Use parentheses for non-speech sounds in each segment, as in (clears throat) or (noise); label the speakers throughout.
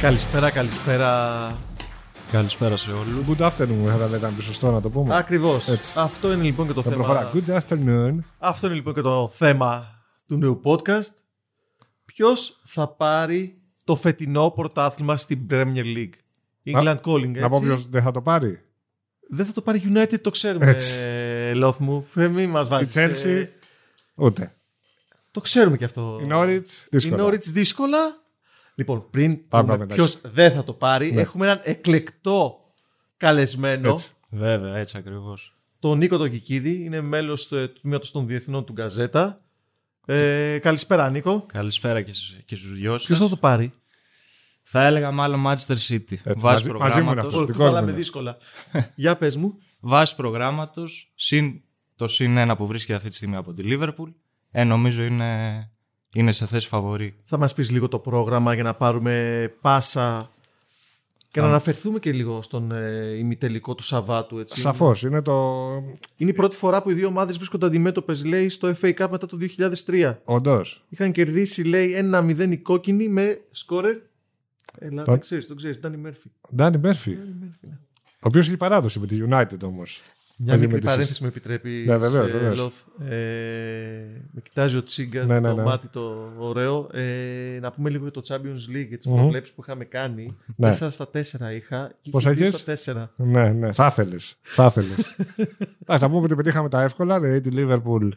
Speaker 1: Καλησπέρα, καλησπέρα.
Speaker 2: Καλησπέρα σε όλους.
Speaker 3: Good afternoon, θα ήταν- ήταν πιο σωστό να το πούμε.
Speaker 1: Ακριβώς.
Speaker 3: Έτσι.
Speaker 1: Αυτό είναι λοιπόν και το
Speaker 3: Θα
Speaker 1: θέμα.
Speaker 3: προχωρά. Good afternoon.
Speaker 1: Αυτό είναι λοιπόν και το θέμα του νέου podcast. Ποιος θα πάρει το φετινό πρωτάθλημα στην Premier League. England Calling, έτσι.
Speaker 3: Να πω ποιος δεν θα το πάρει.
Speaker 1: Δεν θα το πάρει United, το ξέρουμε,
Speaker 3: Έτσι.
Speaker 1: ε, Λόθ μου. Ε, Μη μας
Speaker 3: Η
Speaker 1: βάζεις.
Speaker 3: Chelsea.
Speaker 1: ε,
Speaker 3: Ούτε.
Speaker 1: το ξέρουμε και αυτό.
Speaker 3: Η Norwich.
Speaker 1: Η
Speaker 3: Δύσκολα.
Speaker 1: Norwich δύσκολα. Λοιπόν, πριν
Speaker 3: Πάμε
Speaker 1: πούμε
Speaker 3: μετά.
Speaker 1: ποιος δεν θα το πάρει,
Speaker 3: Ναι.
Speaker 1: έχουμε έναν εκλεκτό καλεσμένο.
Speaker 3: Έτσι.
Speaker 2: Βέβαια, έτσι ακριβώς.
Speaker 1: τον Νίκο τον Κικίδη, είναι μέλος του ε, του τμήματος των Διεθνών του Γκαζέτα. Ε, καλησπέρα Νίκο.
Speaker 2: Καλησπέρα και, στους- και στους δυο
Speaker 1: Ποιος
Speaker 2: σα.
Speaker 1: θα το πάρει.
Speaker 2: Θα έλεγα μάλλον Manchester City. Βάσει
Speaker 3: μαζί- μαζί μου είναι
Speaker 2: προγράμματος,
Speaker 3: αυτός.
Speaker 1: Του
Speaker 3: δικός μου
Speaker 1: βάλαμε
Speaker 3: είναι.
Speaker 1: δύσκολα. Για πες μου.
Speaker 2: βάσει προγράμματος, συν το συν ένα που βρίσκεται αυτή τη στιγμή από τη Liverpool, ε, νομίζω είναι, είναι σε θέση φαβορή.
Speaker 1: Θα μας πεις λίγο το πρόγραμμα για να πάρουμε πάσα και να αναφερθούμε και λίγο στον ε, ημιτελικό του Σαββάτου. Έτσι.
Speaker 3: Σαφώς. Είναι το.
Speaker 1: Είναι η πρώτη φορά που οι δύο ομάδες βρίσκονται αντιμέτωπες, λέει, στο FA Cup μετά το 2003.
Speaker 3: Όντως.
Speaker 1: Είχαν κερδίσει, λέει, 1-0 οι κόκκινοι με σκόρερ. Έλα,
Speaker 3: Τον-
Speaker 1: δεν ξέρεις, τον ξέρεις, Ντάνι Μέρφυ.
Speaker 3: Ντάνι Μέρφυ. Ο οποίος έχει παράδοση με τη United όμως.
Speaker 1: ναι. Μια μικρή παρένθεση με επιτρέπει.
Speaker 3: Ναι, βεβαίως,
Speaker 1: σε
Speaker 3: βεβαίως.
Speaker 1: Λόθ. Ε, με κοιτάζει ο Τσίγκα,
Speaker 3: Ναι, ναι,
Speaker 1: το
Speaker 3: ναι.
Speaker 1: μάτι το ωραίο. Ε, να πούμε λίγο για το Champions League, τις mm
Speaker 3: Μμμ.
Speaker 1: προβλέψεις που είχαμε κάνει.
Speaker 3: Ναι.
Speaker 1: 4 στα 4 είχα. και
Speaker 3: Πόσα
Speaker 1: είχε δύο
Speaker 3: είχες?
Speaker 1: Στα 4.
Speaker 3: Ναι, ναι, θα ήθελες. Θα ήθελες.
Speaker 1: (laughs)
Speaker 3: Εντάξει, να πούμε ότι πετύχαμε τα εύκολα, δηλαδή τη Liverpool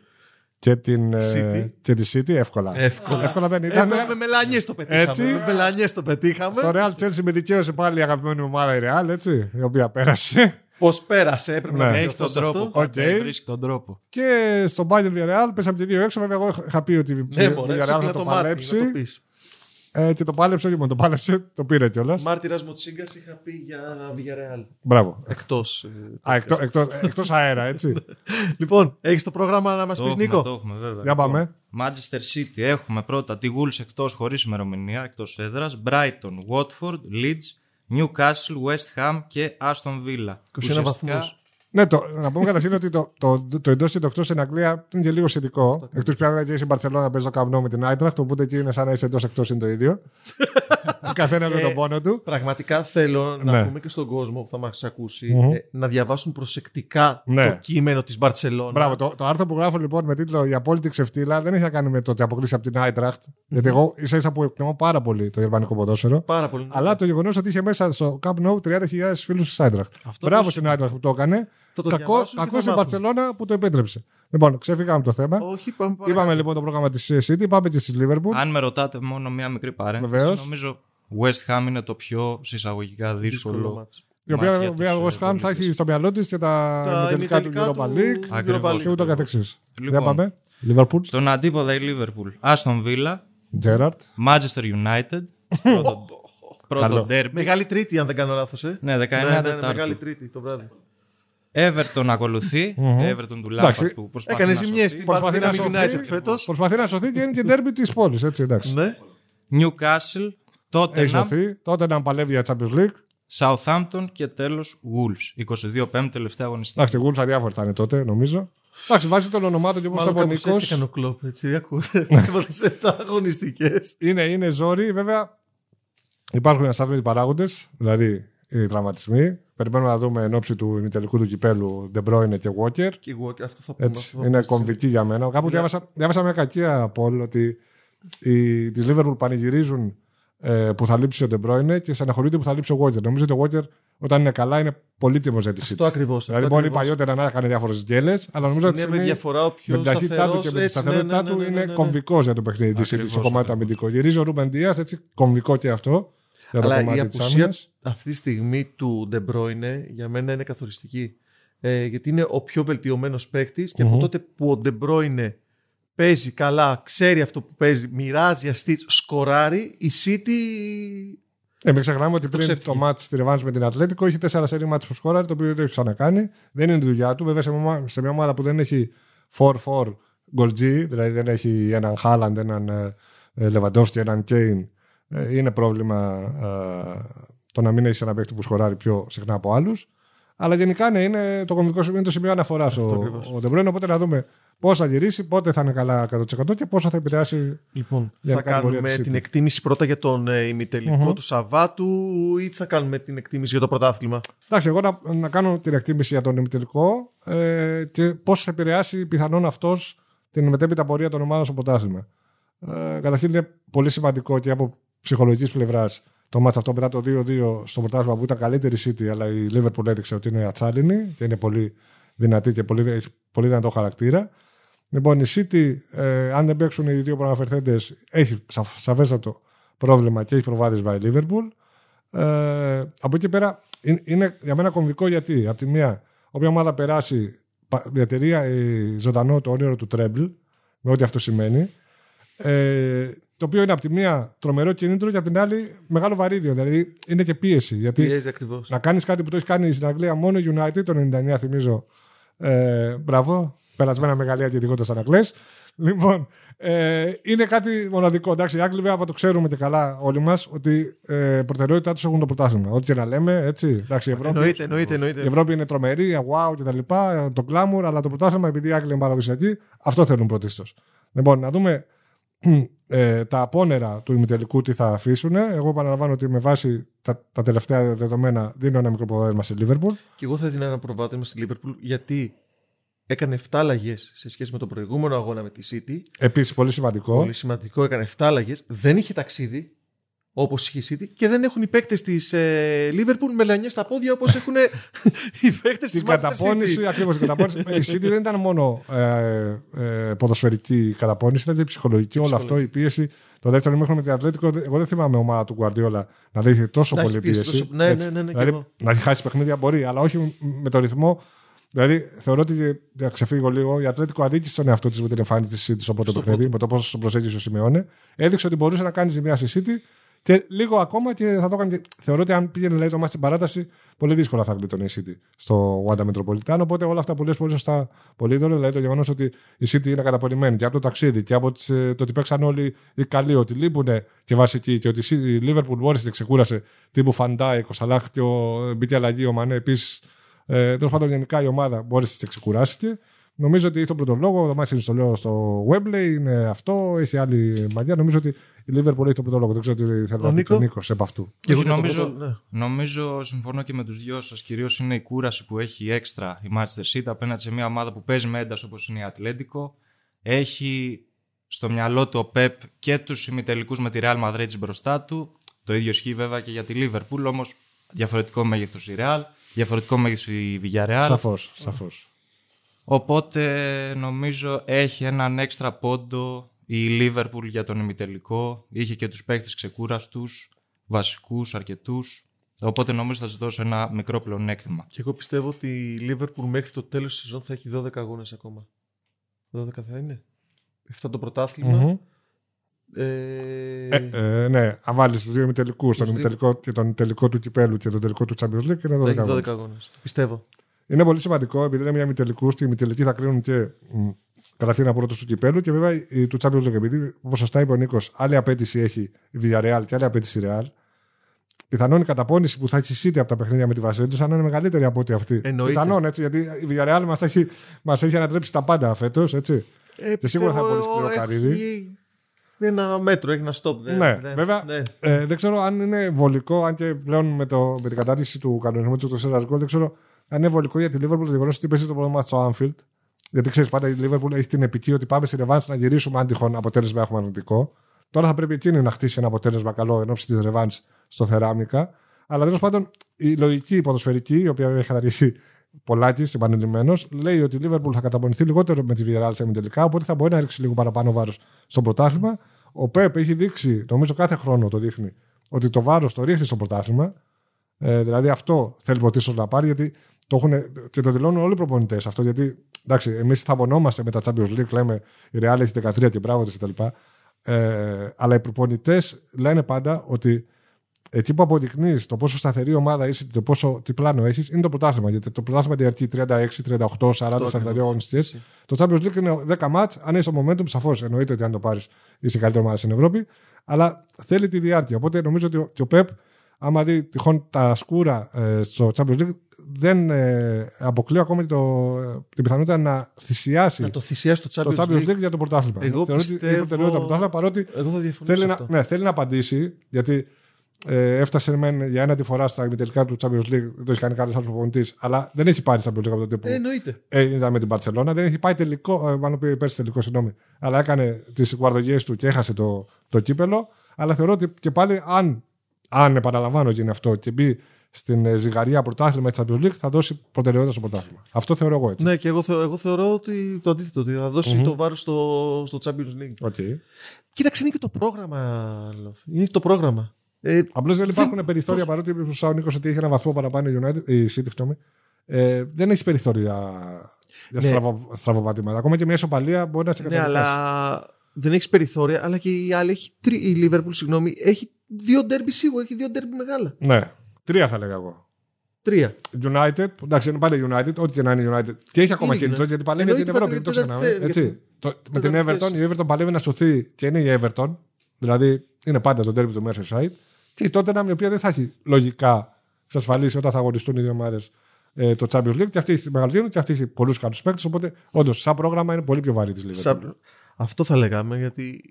Speaker 3: και, την, ε,
Speaker 1: City.
Speaker 3: και τη City εύκολα.
Speaker 1: Εύκολα.
Speaker 3: Εύκολα δεν ήταν.
Speaker 1: Εύκολα με μελανιές το πετύχαμε.
Speaker 3: Ναι, Έτσι.
Speaker 1: Με μελανιές το πετύχαμε.
Speaker 3: Στο Real Chelsea με δικαίωσε πάλι η αγαπημένη μου ομάδα η Real, έτσι, η οποία πέρασε.
Speaker 1: Πώς πέρασε, έπρεπε
Speaker 3: Ναι.
Speaker 1: να
Speaker 2: Έχει τον
Speaker 1: διορθώσει
Speaker 2: τρόπο.
Speaker 1: αυτό.
Speaker 3: Οκ.
Speaker 2: Κοντέ, Βρίσκει τον τρόπο.
Speaker 3: Και στον Bayern Villarreal πέσαμε και δύο έξω. Βέβαια, εγώ είχα πει ότι η
Speaker 1: Ναι, μπορεί
Speaker 3: Villarreal θα το παλέψει.
Speaker 1: να το πεις.
Speaker 3: Ε, και το πάλεψε, όχι μόνο το πάλεψε, το πήρε κιόλας.
Speaker 1: Μάρτυρας μου Τσίγκας είχα πει για Villarreal.
Speaker 3: Μπράβο.
Speaker 1: Εκτός. ε,
Speaker 3: Α, εκτός εκτός, εκτός αέρα, έτσι.
Speaker 1: Λοιπόν, έχεις το πρόγραμμα να μας
Speaker 2: Το
Speaker 1: πεις,
Speaker 2: έχουμε, το
Speaker 1: Νίκο.
Speaker 2: έχουμε, βέβαια.
Speaker 3: Για πάμε.
Speaker 2: Manchester City έχουμε πρώτα τη Wolves εκτός χωρίς ημερομηνία, εκτός έδρας, Brighton, Watford, Leeds, Newcastle, West Ham και Aston Villa.
Speaker 1: 21
Speaker 2: Ουσιαστικά,
Speaker 1: βαθμούς.
Speaker 3: Ναι, το, να πούμε καταρχήν ότι το, το, το εντός και το εκτός στην Αγγλία είναι και λίγο σχετικό. Εκτός πια βέβαια και είσαι η Μπαρσελόνα, παίζει το καπνό με την Άιτραχτ, οπότε εκεί είναι σαν να είσαι εντός εκτός είναι το
Speaker 1: (laughs)
Speaker 3: ίδιο. Ο καθένα με
Speaker 1: Ε.
Speaker 3: τον πόνο του.
Speaker 1: Πραγματικά θέλω να
Speaker 3: Ναι.
Speaker 1: πούμε και στον κόσμο που θα μας ακούσει
Speaker 3: Μμμ.
Speaker 1: ε, να διαβάσουν προσεκτικά
Speaker 3: Ναι.
Speaker 1: το κείμενο της Μπαρτσελώνα.
Speaker 3: Μπράβο, το, το άρθρο που γράφω λοιπόν με τίτλο Η απόλυτη ξεφτύλα δεν έχει να κάνει με το ότι αποκλείσει από την Άιτραχτ. Γιατί εγώ ίσα ίσα που εκτιμώ πάρα πολύ το γερμανικό ποδόσφαιρο.
Speaker 1: Πάρα πολύ.
Speaker 2: Ναι,
Speaker 3: Αλλά το γεγονός ότι είχε μέσα στο Camp Nou 30.000 φίλους της Άιντραχτ.
Speaker 2: Αυτό
Speaker 3: Μπράβο
Speaker 2: το-
Speaker 3: στην Άιντραχτ που το έκανε.
Speaker 1: Θα το
Speaker 3: Κακός,
Speaker 1: διαβάσουν και
Speaker 3: κακό
Speaker 1: θα
Speaker 3: στην
Speaker 1: μάθουν.
Speaker 3: Παρσελώνα που το επέτρεψε. Λοιπόν, ξεφύγαμε από το θέμα.
Speaker 1: Όχι, πάμε παρακάτω.
Speaker 3: Είπαμε λοιπόν το πρόγραμμα της City, πάμε και στη Liverpool.
Speaker 2: Αν με ρωτάτε μόνο μια μικρή παρένθεση,
Speaker 3: Βεβαίως.
Speaker 2: νομίζω West Ham είναι το πιο συσσαγωγικά δύσκολο.
Speaker 1: Δύσκολο μάτς.
Speaker 3: Η οποία
Speaker 2: μάτς για
Speaker 3: βέβαια
Speaker 2: τους,
Speaker 3: ο
Speaker 2: ε,
Speaker 3: Σχάμ θα
Speaker 2: πολίτες.
Speaker 3: έχει στο μυαλό της και τα ημιτελικά του
Speaker 1: ημιτελικά
Speaker 3: Europa
Speaker 1: του
Speaker 3: League
Speaker 2: Ακριβώς.
Speaker 1: Europa
Speaker 3: και
Speaker 1: League.
Speaker 3: ούτω καθεξής. Για
Speaker 2: Λοιπόν.
Speaker 3: πάμε. Liverpool,
Speaker 2: Στον αντίποδα η Liverpool, Aston Villa,
Speaker 3: Gerrard.
Speaker 2: Manchester United, πρώτο, πρώτο
Speaker 3: Καλό.
Speaker 2: derby,
Speaker 1: Μεγάλη Τρίτη, αν δεν κάνω λάθος. Ε.
Speaker 2: Ναι, 19 Τετάρτη.
Speaker 1: Μεγάλη Τρίτη το βράδυ.
Speaker 2: Everton ακολουθεί, Everton του Lampard
Speaker 3: Εντάξει.
Speaker 2: που προσπαθεί
Speaker 1: Έκανε
Speaker 2: να
Speaker 1: ζημιές
Speaker 2: σωθεί.
Speaker 1: στην
Speaker 3: Προσπαθεί
Speaker 1: Παρτίδα
Speaker 3: να
Speaker 1: United
Speaker 3: σωθεί.
Speaker 1: φέτος.
Speaker 3: Προσπαθεί να σωθεί και είναι και derby της πόλης. Έτσι, εντάξει.
Speaker 1: Ναι.
Speaker 2: Newcastle,
Speaker 3: Έχει
Speaker 2: Tottenham,
Speaker 3: σωθεί. Τότε να παλεύει για Champions League.
Speaker 2: Southampton και τέλος Wolves. 22 πέμπτη τελευταία αγωνιστική.
Speaker 3: Εντάξει, Wolves αδιάφοροι θα είναι τότε, νομίζω. Εντάξει, βάζει τον ονομάτων και όπως θα
Speaker 1: Μάλλον
Speaker 3: πω ο
Speaker 1: κάπως έτσι
Speaker 3: Νίκος.
Speaker 1: έκανε ο κλοπ. Έτσι, ακούτε.
Speaker 3: Ναι.
Speaker 1: Έβαλε σε 7 αγωνιστικές.
Speaker 3: Είναι, είναι ζόρι, βέβαια. Υπάρχουν αστάθμιτοι παράγοντες, δηλαδή οι τραυματισμοί. Περιμένουμε να δούμε εν ώψη του ημιτελικού του κυπέλου De Bruyne και Walker.
Speaker 1: Και εγώ και αυτό θα πούμε.
Speaker 3: Έτσι,
Speaker 1: αυτό θα
Speaker 3: είναι
Speaker 1: πούμε.
Speaker 3: κομβική για μένα.
Speaker 1: Ναι.
Speaker 3: Κάπου διάβασα, διάβασα μια κακία από όλο ότι οι, της Liverpool πανηγυρίζουν ε, που θα λείψει ο De Bruyne και στεναχωρούνται που θα λείψει ο Walker. Νομίζω ότι ο Walker όταν είναι καλά είναι πολύτιμο για τη City.
Speaker 1: Αυτό ακριβώς.
Speaker 3: Δηλαδή μπορεί παλιότερα να έκανε διάφορες γκέλες, αλλά νομίζω ότι
Speaker 1: Είναι με
Speaker 3: στιγμή-
Speaker 1: διαφορά ο
Speaker 3: με
Speaker 1: πιο ναι,
Speaker 3: την ταχύτητά του και με τη σταθερότητά του είναι κομβικός για το παιχνίδι της City
Speaker 2: Ακριβώς,
Speaker 3: στο κομμάτι το
Speaker 2: ακριβώς.
Speaker 3: αμυντικό. Γυρίζει ο Ρούμπεν Δία, έτσι κομβικό και αυτό για το
Speaker 1: Αλλά η
Speaker 3: κομμάτι της
Speaker 1: απουσία
Speaker 3: άμυνας.
Speaker 1: αυτή τη στιγμή του De Bruyne για μένα είναι καθοριστική. Ε, γιατί είναι ο πιο βελτιωμένος παίκτης και από
Speaker 3: Μμμ.
Speaker 1: τότε που ο De Bruyne παίζει καλά, ξέρει αυτό που παίζει, μοιράζει αστεί, σκοράρει, η City.
Speaker 3: Ε, μην ξεχνάμε ότι πριν
Speaker 1: ψεύτηκε.
Speaker 3: το μάτι στη Ρεβάνη με την Ατλέτικο είχε τέσσερα σερή μάτς που σκόραρε, το οποίο δεν το έχει ξανακάνει. Δεν είναι η δουλειά του. Βέβαια σε μια, σε μια ομάδα που δεν έχει 4-4 γκολτζή, δηλαδή δεν έχει έναν Χάλαντ, έναν ε, ε, Λεβαντόφσκι, έναν Κέιν, ε, είναι πρόβλημα ε, το να μην έχεις ένα παίκτη που σκοράρει πιο συχνά από άλλους. Αλλά γενικά ναι, είναι το κομβικό σημείο, είναι το σημείο αναφοράς ο,
Speaker 1: ακριβώς.
Speaker 3: ο De Bruyne. Οπότε να δούμε πώς θα γυρίσει, πότε θα είναι καλά 100% και πόσο θα επηρεάσει.
Speaker 1: Λοιπόν,
Speaker 3: Για
Speaker 1: θα
Speaker 3: να κάνουμε
Speaker 1: κάνουμε
Speaker 3: City.
Speaker 1: την εκτίμηση πρώτα για τον ε, ημιτελικο του Σαββάτου ή θα κάνουμε την εκτίμηση για το πρωτάθλημα.
Speaker 3: Εντάξει, εγώ να, να κάνω την εκτίμηση για τον ημιτελικό ε, και πώς θα επηρεάσει πιθανόν αυτός την μετέπειτα πορεία των ομάδων στο πρωτάθλημα. Ε, καταρχήν είναι πολύ σημαντικό και από ψυχολογικής πλευράς το μάτς αυτό μετά το 2-2 στο πρωτάθλημα που ήταν καλύτερη City, αλλά η Liverpool έδειξε ότι είναι ατσάλινη και είναι πολύ δυνατή και πολύ, έχει πολύ δυνατό χαρακτήρα. Λοιπόν, η City, ε, αν δεν παίξουν οι δύο προαναφερθέντες, έχει σαφ- σαφέστατο πρόβλημα και έχει προβάδισμα η Liverpool. Ε, από εκεί πέρα είναι, είναι για μένα κομβικό γιατί από τη μία όποια ομάδα περάσει πα- διατηρεί ε, ζωντανό το όνειρο του τρέμπλ με ό,τι αυτό σημαίνει ε, το οποίο είναι από τη μία τρομερό κινήτρο και από την άλλη μεγάλο βαρύδιο δηλαδή είναι και πίεση γιατί
Speaker 1: Πιέζει ακριβώς.
Speaker 3: να κάνεις κάτι που το έχει κάνει στην Αγγλία μόνο η United το 99 θυμίζω ε, μπράβο περασμένα μεγαλεία και ειδικότητα σαν Αγγλές λοιπόν ε, είναι κάτι μοναδικό εντάξει οι Άγγλοι βέβαια από το ξέρουμε και καλά όλοι μας ότι ε, προτεραιότητά τους έχουν το πρωτάθλημα ό,τι και να λέμε έτσι εντάξει, η, Ευρώπη,
Speaker 1: Εννοείται, εννοείται, εννοείται.
Speaker 3: η Ευρώπη είναι τρομερή wow και τα λοιπά το glamour αλλά το πρωτάθλημα επειδή οι Άγγλοι είναι παραδοσιακοί αυτό θέλουν πρωτίστως λοιπόν να δούμε (clears throat) ε, τα απόνερα του ημιτελικού τι θα αφήσουν. Εγώ επαναλαμβάνω ότι με βάση τα, τα τελευταία δεδομένα δίνω ένα μικρό προβάδισμα στη Λίβερπουλ.
Speaker 1: Και εγώ θα έδινα ένα προβάδισμα στη Λίβερπουλ γιατί έκανε 7 αλλαγές σε σχέση με τον προηγούμενο αγώνα με τη City.
Speaker 3: Επίσης, πολύ σημαντικό.
Speaker 1: Πολύ σημαντικό, έκανε 7 αλλαγές. Δεν είχε ταξίδι όπως είχε η City και δεν έχουν οι ε, παίκτες της Λίβερπουλ μελανιέ στα πόδια όπως έχουν ε, (laughs) οι παίκτες τη
Speaker 3: Την
Speaker 1: Manchester City.
Speaker 3: καταπώνηση, ακριβώς την καταπώνηση.
Speaker 1: (laughs)
Speaker 3: Ε, Η City δεν ήταν μόνο ε, ε, ποδοσφαιρική καταπώνηση, ήταν και ψυχολογική. Όλο αυτό, η πίεση. Το δεύτερο μήχρονο με την Ατλέτικο, δε- εγώ δεν θυμάμαι ομάδα του Guardiola να δέχεται τόσο
Speaker 1: Να έχει
Speaker 3: πολύ
Speaker 1: πίεση,
Speaker 3: πίεση.
Speaker 1: τόσο- ναι,
Speaker 3: Έτσι.
Speaker 1: ναι, ναι, ναι,
Speaker 3: δηλαδή,
Speaker 1: κι εγώ.
Speaker 3: να έχει χάσει παιχνίδια μπορεί, αλλά όχι με το ρυθμό. Δηλαδή, θεωρώ ότι για να ξεφύγω λίγο, η Ατλέτικο αδίκησε τον εαυτό της με την εμφάνιση της City στο πρώτο
Speaker 1: Στο
Speaker 3: παιχνίδι, με το πόσο τον προσέγγισε ο Σιμεώνε. Έδειξε ότι μπορούσε να κάνει ζημιά στη City και λίγο ακόμα και θα το έκανε. και- Θεωρώ ότι αν πήγαινε λέει, το μάτι στην παράταση, πολύ δύσκολα θα γλιτώνει η City στο Wanda Metropolitano. Οπότε όλα αυτά που λες πολύ σωστά, πολύ δόλο. Δηλαδή το γεγονός ότι η City είναι καταπονημένη και από το ταξίδι και από τις, ε, το ότι παίξαν όλοι οι καλοί, ότι λείπουν και βασικοί και ότι η City- η Liverpool μπόρεσε και ξεκούρασε τύπου Φαντάικ, ο Σαλάχ και ο ε, Μπήκε Αλλαγή, ο Μανέ επίσης. Ε, Τέλος πάντων, γενικά η ομάδα μπόρεσε και ξεκουράστηκε. Νομίζω ότι έχει τον πρώτο λόγο. Το μάτι το λέω στο Webley, είναι αυτό. Έχει άλλη μαγιά. Νομίζω ότι η Liverpool έχει τον πρώτο λόγο. Δεν ξέρω τι θέλω
Speaker 1: Ο
Speaker 3: να πει
Speaker 1: Νίκο.
Speaker 3: ο Νίκος επ' αυτού.
Speaker 1: Και εγώ
Speaker 2: Όχι,
Speaker 1: το
Speaker 2: νομίζω,
Speaker 1: πρώτο, ναι.
Speaker 2: νομίζω, συμφωνώ και με τους δυο σας, κυρίως είναι η κούραση που έχει έξτρα η Manchester City απέναντι σε μια ομάδα που παίζει με ένταση όπως είναι η Ατλέντικο. Έχει στο μυαλό του ο Pep και τους ημιτελικούς με τη Real Madrid της μπροστά του. Το ίδιο ισχύει βέβαια και για τη Liverpool, όμως διαφορετικό μέγεθος η Real, διαφορετικό μέγεθος η Villarreal.
Speaker 3: Σαφώς, σαφώς.
Speaker 2: Οπότε νομίζω έχει έναν έξτρα πόντο η Λίβερπουλ για τον ημιτελικό. Είχε και τους παίκτες ξεκούραστους, βασικούς, αρκετούς. Οπότε νομίζω θα τους δώσω ένα μικρό πλεονέκτημα.
Speaker 1: Και εγώ πιστεύω ότι η Λίβερπουλ μέχρι το τέλος της σεζόν θα έχει 12 αγώνες ακόμα. 12 θα είναι. 7 το πρωταθλημα Ε,
Speaker 3: Ε, ε, ναι, αν βάλεις τους δύο ημιτελικούς, τον
Speaker 1: Τους δύο.
Speaker 3: ημιτελικό και τον τελικό του κυπέλου και τον τελικό του Champions League, είναι
Speaker 1: θα
Speaker 3: 12
Speaker 1: έχει
Speaker 3: αγώνες.
Speaker 1: 12 αγώνες. Πιστεύω.
Speaker 3: Είναι πολύ σημαντικό, επειδή είναι μια ημιτελικού, ότι οι ημιτελικοί θα κρίνουν και μ, καταρχήν από πρώτο του κυπέλου και βέβαια η- του Champions League. Επειδή, όπως σωστά είπε ο Νίκος, άλλη απέτηση έχει η Villarreal και άλλη απέτηση η Real. Πιθανόν η καταπώνηση που θα έχει η City από τα παιχνίδια με τη Βασίλισσα να είναι μεγαλύτερη από ό,τι αυτή.
Speaker 1: Εννοείται.
Speaker 3: Πιθανόν έτσι, γιατί η Villarreal μας έχει, μας έχει ανατρέψει τα πάντα φέτος, έτσι.
Speaker 1: Ε,
Speaker 3: Και σίγουρα θα
Speaker 1: πιστεύω
Speaker 3: είναι πολύ σκληρό
Speaker 1: έχει
Speaker 3: καρύδι.
Speaker 1: Ένα μέτρο, έχει ένα stop. δεν-
Speaker 3: Ναι,
Speaker 1: δεν-
Speaker 3: βέβαια.
Speaker 1: ναι.
Speaker 3: Ε, δεν ξέρω αν είναι βολικό, αν και πλέον με, το, με την κατάρτιση του κανονισμού του Τεσσέρα Γκολ, δεν ξέρω αν είναι βολικό για τη Λίβερπουλ το γεγονός ότι παίζει το πρόβλημα στο Anfield. Γιατί ξέρεις, πάντα η Λίβερπουλ έχει την επιτυχία ότι πάμε στη Ρεβάνς να γυρίσουμε αν τυχόν αποτέλεσμα έχουμε αρνητικό. Τώρα θα πρέπει εκείνη να χτίσει ένα αποτέλεσμα καλό εν ώψη της Ρεβάνς στο Θεράμικα. Αλλά τέλος πάντων η λογική η ποδοσφαιρική, η οποία έχει καταργηθεί πολλάκι επανειλημμένω, λέει ότι η Λίβερπουλ θα καταπονηθεί λιγότερο με τη Villarreal σε τελικά, οπότε θα μπορεί να ρίξει λίγο παραπάνω βάρος στο πρωτάθλημα. Ο Πέπ έχει δείξει, νομίζω κάθε χρόνο το δείχνει, ότι το βάρος το ρίχνει στο πρωτάθλημα. Ε, δηλαδή αυτό θέλει πρωτίστω να πάρει, γιατί το έχουν, και το δηλώνουν όλοι οι προπονητές αυτό. Γιατί εντάξει, εμείς θα πονόμαστε με τα Champions League, λέμε η Real έχει 13 και μπράβο της κτλ. Ε, αλλά οι προπονητές λένε πάντα ότι εκεί που αποδεικνύεις το πόσο σταθερή ομάδα είσαι και το πόσο τι πλάνο έχεις είναι το πρωτάθλημα. Γιατί το πρωτάθλημα διαρκεί 36, 38, 40, 42 αγωνιστέ. Το Champions League είναι 10 μάτς, αν έχει το momentum, σαφώς εννοείται ότι αν το πάρεις είσαι η καλύτερη ομάδα στην Ευρώπη. Αλλά θέλει τη διάρκεια. Οπότε νομίζω ότι ο- και ο Πεπ, άμα δει τυχόν τα σκούρα ε, στο Champions League, δεν ε, αποκλείω ακόμα και το, ε, την πιθανότητα να θυσιάσει
Speaker 1: Να το θυσιάσει το
Speaker 3: το
Speaker 1: Champions,
Speaker 3: Champions
Speaker 1: League.
Speaker 3: League για το πρωτάθλημα.
Speaker 1: Εγώ
Speaker 3: Θεωρώ ότι είναι
Speaker 1: πιστεύω-
Speaker 3: προτεραιότητα πρωτάθλημα παρότι
Speaker 1: Εγώ θα διαφωνήσω
Speaker 3: θέλει
Speaker 1: σε
Speaker 3: να,
Speaker 1: αυτό.
Speaker 3: ναι, θέλει να απαντήσει, γιατί ε, έφτασε μεν για ένα τη φορά στα ημιτελικά του Champions League, δεν το έχει κάνει κανένας άλλος προπονητής, αλλά δεν έχει πάρει Champions League από τότε που
Speaker 1: Ε, εννοείται.
Speaker 3: έγινε με την Barcelona. Δεν έχει πάει τελικό, ε, μάλλον πήγε πέρσι τελικό, συγγνώμη, αλλά έκανε τις κουαρδογιέ του και έχασε το, το κύπελο. Αλλά θεωρώ ότι και πάλι, αν, αν επαναλαμβάνω γίνει αυτό και μπει στην ε, ζυγαριά πρωτάθλημα της Champions League, θα δώσει προτεραιότητα στο πρωτάθλημα. Αυτό θεωρώ εγώ έτσι.
Speaker 1: Ναι, και εγώ, θεω- εγώ θεωρώ ότι το αντίθετο, ότι θα δωσει το βάρος στο, στο Champions League.
Speaker 3: Okay.
Speaker 1: Κοίταξε, είναι και το πρόγραμμα. Λοφ. Είναι και το πρόγραμμα. Ε,
Speaker 3: Απλώς δεν υπάρχουν περιθώρια παρότι είπε ο Νίκος ότι έχει ένα βαθμό παραπάνω η United, η City, συγγνώμη. Ε, δεν έχει περιθώρια για
Speaker 1: Ναι.
Speaker 3: στραβο, στραβοπατήματα. Ακόμα και μια ισοπαλία μπορεί να σε
Speaker 1: ναι,
Speaker 3: καταδικάσει.
Speaker 1: αλλά δεν έχει περιθώρια, αλλά και η άλλη έχει τρι... η Liverpool, συγγνώμη, έχει δύο ντέρμπι σίγουρα, έχει δύο ντέρμπι μεγάλα.
Speaker 3: Ναι. Τρία θα λέγα εγώ.
Speaker 1: Τρία.
Speaker 3: United, εντάξει είναι πάντα United, ό,τι και να είναι United. Και έχει ακόμα
Speaker 1: Είναι
Speaker 3: κινητό
Speaker 1: United.
Speaker 3: γιατί παλεύει για
Speaker 1: Εννοείται
Speaker 3: την Ευρώπη,
Speaker 1: η
Speaker 3: μην το
Speaker 1: τέταρτη
Speaker 3: ξεχνάμε.
Speaker 1: θέση.
Speaker 3: Έτσι. Το, με την
Speaker 1: Τέταρτη
Speaker 3: Everton,
Speaker 1: θέση.
Speaker 3: η Everton παλεύει να σωθεί και είναι η Everton. Δηλαδή είναι πάντα το τέρμι του Merseyside. Και η Tottenham η οποία δεν θα έχει λογικά εξασφαλίσει όταν θα αγωνιστούν οι δύο ομάδες ε, το Champions League. Και αυτή έχει μεγαλύτερη και αυτή έχει πολλούς καλούς παίκτες. Οπότε όντως, σαν πρόγραμμα είναι πολύ πιο βαρύ της Liverpool.
Speaker 1: Σαν- Αυτό θα λέγαμε, γιατί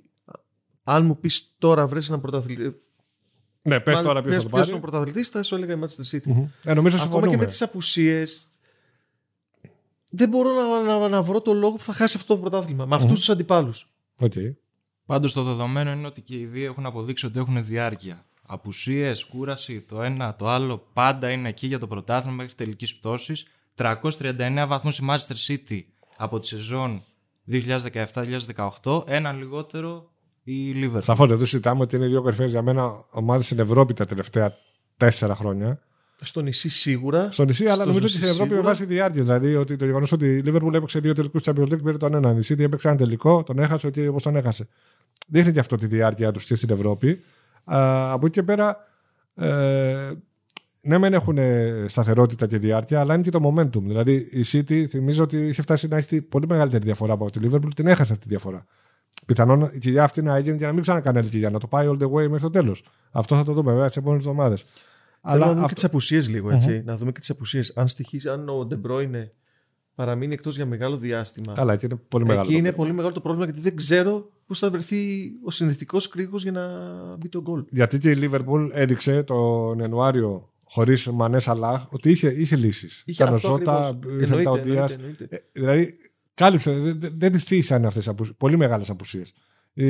Speaker 1: αν μου πεις τώρα βρεις έναν πρωταθλητή.
Speaker 3: Ναι, πες
Speaker 1: μάλλον,
Speaker 3: τώρα ποιος θα
Speaker 1: πες
Speaker 3: το
Speaker 1: ποιος
Speaker 3: πάρει.
Speaker 1: είναι ο πρωταθλητής, θα σου έλεγα η Manchester City.
Speaker 3: Μμμ. Ε, νομίζω
Speaker 1: Ακόμα και
Speaker 3: συμφωνούμε.
Speaker 1: με τις απουσίες. Δεν μπορώ να, να, να βρω το λόγο που θα χάσει αυτό το πρωτάθλημα. Με αυτούς τους αντιπάλους.
Speaker 3: Οκ.
Speaker 2: Πάντως το δεδομένο είναι ότι και οι δύο έχουν αποδείξει ότι έχουν διάρκεια. Απουσίες, κούραση, το ένα, το άλλο, πάντα είναι εκεί για το πρωτάθλημα μέχρι τελικής πτώσης. 339 βαθμούς η Manchester City από τη σεζόν 2017-2018, ένα λιγότερο η Liverpool.
Speaker 3: Σαφώς δεν το συζητάμε ότι είναι οι δύο κορυφαίες για μένα ομάδες στην Ευρώπη τα τελευταία τέσσερα χρόνια.
Speaker 1: Στο νησί σίγουρα.
Speaker 3: Στο νησί, αλλά
Speaker 1: Στο
Speaker 3: νομίζω ότι
Speaker 1: νησί
Speaker 3: στην Ευρώπη με
Speaker 1: σίγουρα.
Speaker 3: βάση διάρκεια. Δηλαδή ότι το γεγονός ότι η Λίβερπουλ έπαιξε δύο τελικούς Champions League πήρε τον έναν. Η City έπαιξε ένα τελικό, τον έχασε, ότι όπως τον έχασε. Δείχνει και αυτό τη διάρκεια τους και στην Ευρώπη. Α, από εκεί και πέρα, ε, ναι, μεν έχουν ε, σταθερότητα και διάρκεια, αλλά είναι και το momentum. Δηλαδή η City θυμίζω ότι είχε φτάσει να έχει πολύ μεγαλύτερη διαφορά από τη Liverpool, την έχασε αυτή τη διαφορά. Πιθανόν η κοιλιά αυτή να έγινε και να μην ξανακάνει άλλη κοιλιά, να το πάει all the way μέχρι το τέλος. Αυτό θα το δούμε βέβαια σε επόμενες εβδομάδες.
Speaker 1: Αλλά να δούμε και τις απουσίες λίγο, έτσι. Να δούμε και τις απουσίες. Αν στοιχίζει, αν ο Ντεμπρόινε παραμείνει εκτός για μεγάλο διάστημα.
Speaker 3: Καλά, εκεί είναι πολύ μεγάλο.
Speaker 1: Εκεί
Speaker 3: το
Speaker 1: είναι
Speaker 3: πρόβλημα.
Speaker 1: πολύ μεγάλο το πρόβλημα γιατί δεν ξέρω πώς θα βρεθεί ο συνδετικός κρίκο για να μπει το γκολ.
Speaker 3: Γιατί και η Λίβερπουλ έδειξε τον Ιανουάριο χωρίς Μανέ Σαλάχ ότι είχε, είχε λύσεις.
Speaker 1: Είχε αυτό
Speaker 3: Ζώτα,
Speaker 1: ακριβώς.
Speaker 3: ήρθε
Speaker 1: Εννοείται,
Speaker 3: τα Οντία.
Speaker 1: εννοείται, εννοείται.
Speaker 3: Δηλαδή, κάλυψε. Δεν, δεν- δεν τις τύχησαν αυτέ τι πολύ μεγάλες απουσίες. Η,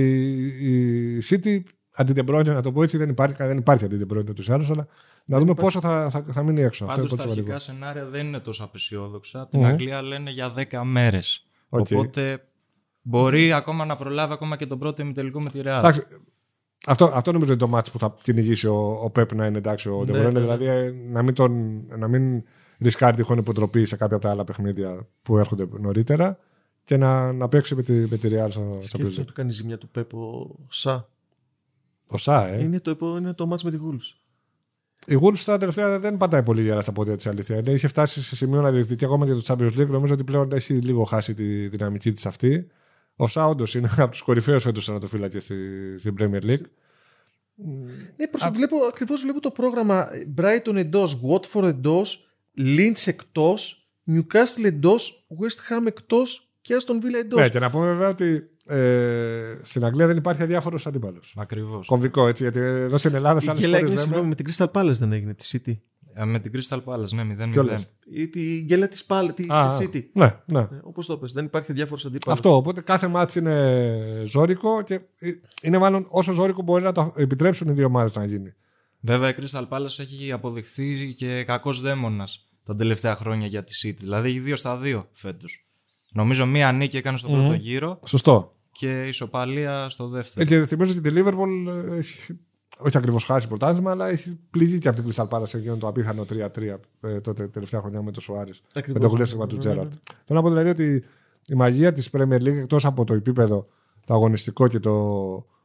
Speaker 3: η City αντί την πρώην, να το πω έτσι, δεν υπάρχει, δεν υπάρχει αντί την πρώην ούτω ή άλλω, αλλά να δούμε πόσο θα, θα, θα μείνει έξω. Αυτό είναι
Speaker 2: Πάντω
Speaker 3: πολύ
Speaker 2: τα
Speaker 3: σημαντικό.
Speaker 2: αρχικά σενάρια δεν είναι τόσο απεσιόδοξα. Από την
Speaker 1: Ναι.
Speaker 3: Μμμ.
Speaker 2: Αγγλία λένε για 10 μέρες.
Speaker 3: Οκ.
Speaker 2: Οπότε μπορεί ακόμα να προλάβει ακόμα και τον πρώτο ημιτελικό με τη Real.
Speaker 3: Εντάξει, αυτό, αυτό νομίζω είναι το μάτς που θα κυνηγήσει ο, ο Πέπ να είναι εντάξει ο
Speaker 1: Ναι,
Speaker 3: De Bruyne,
Speaker 1: ναι, ναι.
Speaker 3: Δηλαδή ε, να μην, τον, να μην ρισκάρει τυχόν υποτροπή σε κάποια από τα άλλα παιχνίδια που έρχονται νωρίτερα και να, να παίξει με τη, με τη Real στο, στο
Speaker 1: Σκέφτεσαι να
Speaker 3: Champions League.
Speaker 1: του κάνεις ζημιά του Πέπο Σα.
Speaker 3: Ο Σα, ε.
Speaker 1: Είναι το, επο- είναι το μάτς με τη Wolves.
Speaker 3: Η Wolves τα τελευταία δεν πατάει πολύ γερά στα πόδια της αλήθεια. Είναι, είχε φτάσει σε σημείο να διεκδικεί ακόμα και το Champions League. Νομίζω ότι πλέον έχει λίγο χάσει τη δυναμική της αυτή. Ο Σα, όντως, είναι από τους κορυφαίους φέτος θεματοφύλακε στη, στην Premier League.
Speaker 1: Ναι, προς, βλέπω, ακριβώς βλέπω το πρόγραμμα Brighton εντός, Watford εντός, Lynch εκτός, Newcastle εντός, West Ham εκτός και Aston Villa εντός.
Speaker 3: Ναι, και να πούμε βέβαια ότι ε, στην Αγγλία δεν υπάρχει αδιάφορος αντίπαλος.
Speaker 2: Ακριβώς.
Speaker 3: Κομβικό έτσι, γιατί εδώ στην Ελλάδα σε
Speaker 1: Η
Speaker 3: άλλες
Speaker 1: γέλα έγινε,
Speaker 3: χώρε.
Speaker 1: συγγνώμη, με την Crystal Palace δεν έγινε, τη City.
Speaker 2: Ε, Με την Crystal Palace, ναι, 0-0.
Speaker 3: Κιόλας.
Speaker 1: Ή τη γέλα της Palace, της City. Ναι.
Speaker 3: Ναι, ναι.
Speaker 1: Ε, Όπως το πες, δεν υπάρχει διάφορος αντίπαλος.
Speaker 3: Αυτό. Οπότε κάθε μάτς είναι ζώρικο και ε, είναι μάλλον όσο ζώρικο μπορεί να το επιτρέψουν οι δύο ομάδες να γίνει.
Speaker 2: Βέβαια η Crystal Palace έχει αποδειχθεί και κακός δαίμονας τα τελευταία χρόνια για τη City. Δηλαδή έχει δύο στα δύο φέτος. Νομίζω μία νίκη έκανε στο πρώτο γύρο
Speaker 3: Σωστό.
Speaker 2: και ισοπαλία στο
Speaker 3: Ε,
Speaker 2: δεύτερο.
Speaker 3: και θυμίζω ότι τη Λίβερπουλ έχει όχι ακριβώς χάσει πρωτάθλημα, αλλά έχει πληγεί και από την Κρυσταλ Πάλα σε εκείνο το απίθανο 3-3 ε, τότε τελευταία χρονιά με τον Σουάρη. Με
Speaker 1: Ακριβώς.
Speaker 3: το κλέσμα του Τζέραρτ. Θέλω να πω δηλαδή ότι η μαγεία της Premier League εκτός από το επίπεδο το αγωνιστικό και το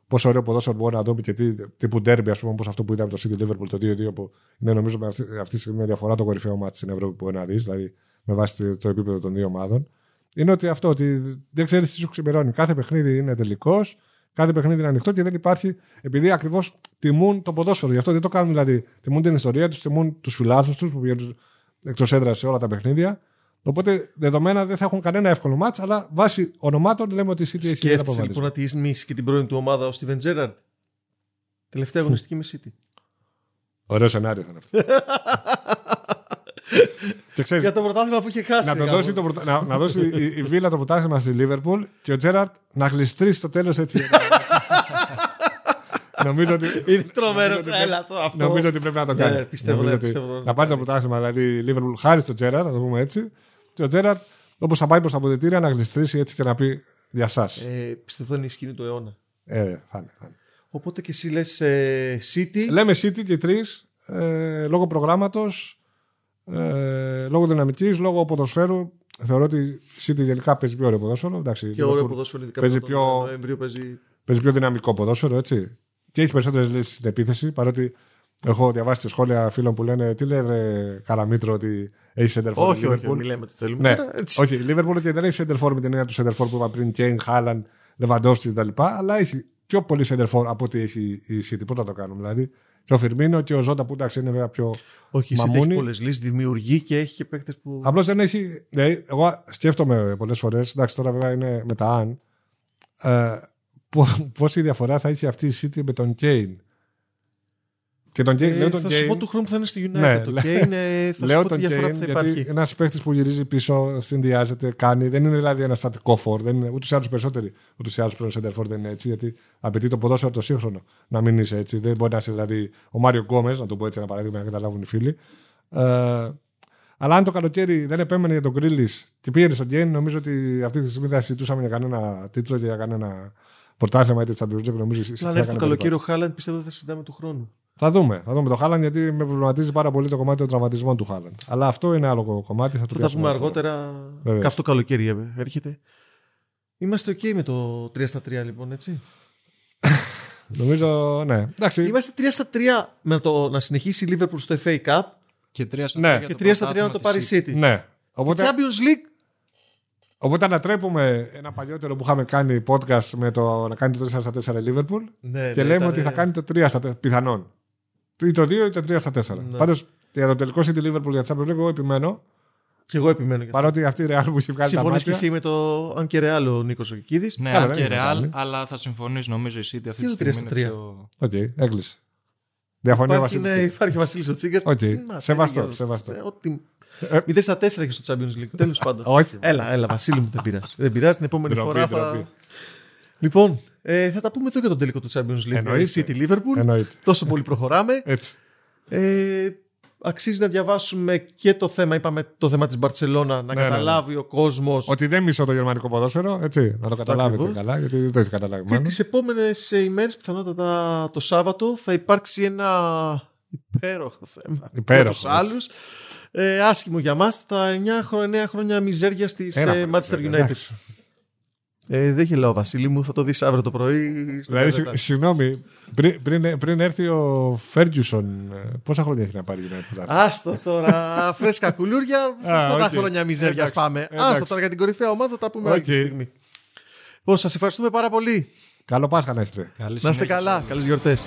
Speaker 3: πόσο ωραίο ποδόσφαιρο μπορεί να δούμε και τι, τύπου ντέρμπι, ας πούμε, όπως αυτό που είδαμε το City Liverpool το 2-2, που είναι νομίζω με αυτή, αυτή τη στιγμή με διαφορά το κορυφαίο μάτι στην Ευρώπη που μπορεί να δεις, δηλαδή με βάση το επίπεδο των δύο ομάδων. Είναι ότι αυτό, ότι δεν ξέρεις τι σου ξημερώνει. Κάθε παιχνίδι είναι τελικός, κάθε παιχνίδι είναι ανοιχτό και δεν υπάρχει, επειδή ακριβώς τιμούν το ποδόσφαιρο. Γι' αυτό δεν το κάνουν δηλαδή. Τιμούν την ιστορία τους, τιμούν τους φιλάθου τους που πηγαίνουν εκτός έδρας σε όλα τα παιχνίδια. Οπότε δεδομένα δεν θα έχουν κανένα εύκολο μάτ, αλλά βάσει ονομάτων λέμε ότι η City έχει ένα
Speaker 1: Σκέφτεσαι
Speaker 3: αποβάδισμα.
Speaker 1: λοιπόν να τη εισμίσει και την πρώην του ομάδα ο Steven Gerrard. Τελευταία αγωνιστική με City.
Speaker 3: Ωραίο σενάριο θα είναι αυτό. και ξέρεις,
Speaker 1: Για το πρωτάθλημα που είχε χάσει.
Speaker 3: να, το
Speaker 1: γάμο.
Speaker 3: δώσει το πρωτα- να, να δώσει η, η Βίλα το πρωτάθλημα στη Λίβερπουλ και ο Τζέραρτ να γλιστρήσει στο τέλος
Speaker 1: (laughs)
Speaker 3: έτσι. νομίζω ότι.
Speaker 1: Είναι τρομερό.
Speaker 3: νομίζω ότι πρέπει-
Speaker 1: Έλα το αυτό.
Speaker 3: Νομίζω ότι πρέπει να το κάνει.
Speaker 1: Ναι, πιστεύω,
Speaker 3: Νομίζω
Speaker 1: ναι,
Speaker 3: ότι
Speaker 1: πιστεύω να το
Speaker 3: να πάρει το
Speaker 1: κάνει.
Speaker 3: πρωτάθλημα. Δηλαδή η Λίβερπουλ χάρη στο Τζέραρτ, να το πούμε έτσι. Και ο Τζέραρτ, όπως θα πάει προς τα αποδητήρια, να γλιστρήσει έτσι και να πει για εσά.
Speaker 1: Ε, πιστεύω είναι η σκηνή του αιώνα.
Speaker 3: Ε, φάνε, φάνε.
Speaker 1: Οπότε και εσύ λες ε, City.
Speaker 3: Λέμε City και τρεις ε, λόγω προγράμματος, ε, λόγω δυναμικής, λόγω ποδοσφαίρου. Θεωρώ ότι η City γενικά παίζει πιο ωραίο ποδόσφαιρο. Εντάξει,
Speaker 1: Και
Speaker 3: Liverpool
Speaker 1: ωραίο ποδόσφαιρο ειδικά
Speaker 3: Παίζει
Speaker 1: μετά τον
Speaker 3: πιο-
Speaker 1: Νοέμβριο παίζει.
Speaker 3: παίζει πιο δυναμικό ποδόσφαιρο, έτσι. Και έχει περισσότερες λύσεις στην επίθεση. Παρότι έχω διαβάσει τα σχόλια φίλων που λένε Τι λέει ρε Καραμίτρο ότι έχει center for
Speaker 1: Όχι,
Speaker 3: η
Speaker 1: όχι,
Speaker 3: Liverpool».
Speaker 1: μην λέμε το θέλουμε.
Speaker 3: Ναι,
Speaker 1: Τώρα, έτσι.
Speaker 3: όχι, η Liverpool και δεν έχει center for με την έννοια του center for που είπα πριν, Kane, Haaland, Lewandowski κτλ. Αλλά έχει πιο πολύ center for από ό,τι έχει η City. Πού να το κάνουμε, δηλαδή. Και ο Φιρμίνο και ο Ζώτα που εντάξει είναι βέβαια πιο.
Speaker 1: Όχι, η City έχει
Speaker 3: Μαμούνι.
Speaker 1: πολλές λύσεις, δημιουργεί και έχει και παίκτες που.
Speaker 3: Απλώς δεν έχει. Δηλαδή, εγώ σκέφτομαι πολλές φορές, εντάξει τώρα βέβαια είναι με τα αν, ε, πο- πόση διαφορά θα είχε αυτή η City με τον Kane. Και τον Kane,
Speaker 1: Ε,
Speaker 3: λέω τον
Speaker 1: θα σου
Speaker 3: Kane,
Speaker 1: πω του χρόνου που θα είναι στη United.
Speaker 3: Ναι,
Speaker 1: το
Speaker 3: λέ-
Speaker 1: Kane, ε, θα σου
Speaker 3: Λέω
Speaker 1: πω τη
Speaker 3: τον
Speaker 1: διαφορά
Speaker 3: Κέιν,
Speaker 1: που θα
Speaker 3: γιατί
Speaker 1: υπάρχει.
Speaker 3: ένας παίχτη που γυρίζει πίσω, συνδυάζεται, κάνει. Δεν είναι δηλαδή ένα στατικό φόρ. Δεν είναι ούτως ή άλλως περισσότεροι. Ούτως ή άλλως πλέον center φόρ δεν είναι έτσι, γιατί απαιτεί το ποδόσφαιρο το σύγχρονο να μην είσαι έτσι. Δεν μπορεί να είσαι δηλαδή ο Μάριο Γκόμες, να το πω έτσι ένα παράδειγμα, να καταλάβουν οι φίλοι. Ε, αλλά αν το καλοκαίρι δεν επέμενε για τον Γκρίλις και πήγαινε στον Κέιν, νομίζω ότι αυτή τη στιγμή δεν θα συζητούσαμε για κανένα τίτλο και για κανένα πρωτάθλημα είτε Champions League. Νομίζω η City θα
Speaker 1: Αλλά αν έρθει
Speaker 3: έκανε
Speaker 1: το
Speaker 3: πολύ
Speaker 1: καλοκαίρι ο Χάλαντ πιστεύω θα συζητάμε του χρόνου.
Speaker 3: θα δούμε. Θα δούμε το Χάλαντ γιατί με προβληματίζει πάρα πολύ το κομμάτι των τραυματισμών του Χάλαντ. Αλλά αυτό είναι άλλο κομμάτι. Θα το
Speaker 1: Θα τα
Speaker 3: πιάσουμε
Speaker 1: πούμε
Speaker 3: άλλο φορά.
Speaker 1: αργότερα.
Speaker 3: Βέβαια.
Speaker 1: Καυτό καλοκαίρι ε, έρχεται. Είμαστε OK με το 3 στα 3 λοιπόν, έτσι.
Speaker 3: Νομίζω, ναι. Εντάξει,
Speaker 1: Είμαστε 3 στα 3 με το να συνεχίσει η Liverpool στο FA Cup
Speaker 2: Και 3 στα
Speaker 3: Ναι.
Speaker 2: 3
Speaker 1: και 3 στα 3 να το πάρει η City.
Speaker 3: ναι. Οπότε,
Speaker 1: Champions League.
Speaker 3: οπότε ανατρέπουμε ένα παλιότερο που είχαμε κάνει podcast με το να κάνει το 4 στα 4 η Liverpool
Speaker 1: Ναι,
Speaker 3: και
Speaker 1: ναι,
Speaker 3: λέμε
Speaker 1: ήταν,
Speaker 3: ότι θα
Speaker 1: ε,
Speaker 3: κάνει το 3 στα 4 πιθανόν. Ή το 2 ή το 3 στα 4.
Speaker 1: Ναι.
Speaker 3: Πάντως για το τελικό City Liverpool για Champions League εγώ επιμένω.
Speaker 1: Και εγώ επιμένω. για αυτό.
Speaker 3: Παρότι αυτή η Real που έχει βγάλει
Speaker 1: Συμφωνείς και
Speaker 3: τα μάτια.
Speaker 1: εσύ με το αν και ρεάλ ο Νίκος Οκικίδη.
Speaker 2: Ναι,
Speaker 3: Καλά,
Speaker 2: αν
Speaker 3: δεν
Speaker 2: και
Speaker 3: είναι
Speaker 2: ρεάλ,
Speaker 3: μεγάλη.
Speaker 2: αλλά θα συμφωνήσει νομίζω η City αυτή
Speaker 1: Και
Speaker 2: τη
Speaker 1: το 3
Speaker 2: στιγμή.
Speaker 1: στα
Speaker 2: είναι
Speaker 1: 3.
Speaker 2: πιο-
Speaker 3: Οκ, έκλεισε. Διαφωνία
Speaker 1: Υπάρχει, ναι,
Speaker 3: βασίλισσα.
Speaker 1: υπάρχει ο Βασίλης ο Τσίγκας.
Speaker 3: Οκ, σεβαστό, σεβαστό.
Speaker 1: Ότι...
Speaker 3: Ε.
Speaker 1: 0 στα 4 έχει στο Champions League.
Speaker 3: (laughs)
Speaker 1: Τέλο πάντων.
Speaker 3: Όχι.
Speaker 1: Έλα, έλα, Βασίλη μου, δεν πειράζει. Δεν πειράζει, την επόμενη
Speaker 3: Ντροπή,
Speaker 1: φορά
Speaker 3: ντροπή.
Speaker 1: θα. Λοιπόν, ε, θα τα πούμε εδώ για τον τελικό του Champions League. Ε,
Speaker 3: Εννοείται.
Speaker 1: City Liverpool.
Speaker 3: Εννοείται.
Speaker 1: Τόσο πολύ προχωράμε.
Speaker 3: Έτσι.
Speaker 1: Ε, αξίζει να διαβάσουμε και το θέμα, είπαμε το θέμα της Μπαρτσελώνα, να
Speaker 3: Ναι, ναι,
Speaker 1: καταλάβει ο κόσμος
Speaker 3: Ότι δεν μισώ το γερμανικό ποδόσφαιρο, έτσι. Να το καταλάβετε
Speaker 1: ακριβώς.
Speaker 3: καλά, γιατί δεν το έχει καταλάβει.
Speaker 1: Και
Speaker 3: μάλλον.
Speaker 1: τις επόμενες ε, ημέρες, πιθανότατα το Σάββατο, θα υπάρξει ένα υπέροχο θέμα.
Speaker 3: (laughs) Υπέροχο,
Speaker 1: Για τους άλλους. Ε, άσχημο για μας, τα 9 χρόνια, 9 χρόνια μιζέρια της
Speaker 3: Ένα
Speaker 1: ε,
Speaker 3: πράγμα,
Speaker 1: Manchester United.
Speaker 3: εντάξει.
Speaker 1: Ε, δεν γελάω, Βασίλη μου, θα το δεις αύριο το πρωί. στην
Speaker 3: Δηλαδή,
Speaker 1: Gazeta.
Speaker 3: συ- συγγνώμη, πριν, πριν, πριν έρθει ο Φέργκιουσον, ε, πόσα χρόνια έχει να πάρει η United. τώρα?
Speaker 1: Άστο
Speaker 3: (laughs)
Speaker 1: τώρα, φρέσκα κουλούρια. Σε
Speaker 3: Α,
Speaker 1: αυτά τα
Speaker 3: οκ.
Speaker 1: χρόνια μιζέρια
Speaker 3: Εντάξει,
Speaker 1: πάμε. Άστο
Speaker 3: εντάξει.
Speaker 1: τώρα για την κορυφαία ομάδα, θα τα πούμε άλλη
Speaker 3: Οκ.
Speaker 1: στιγμή. Λοιπόν, σας ευχαριστούμε πάρα πολύ.
Speaker 3: Καλό Πάσχα να έχετε.
Speaker 2: Καλή
Speaker 1: Να είστε
Speaker 2: συνέχεια.
Speaker 1: καλά. Καλές γιορτές.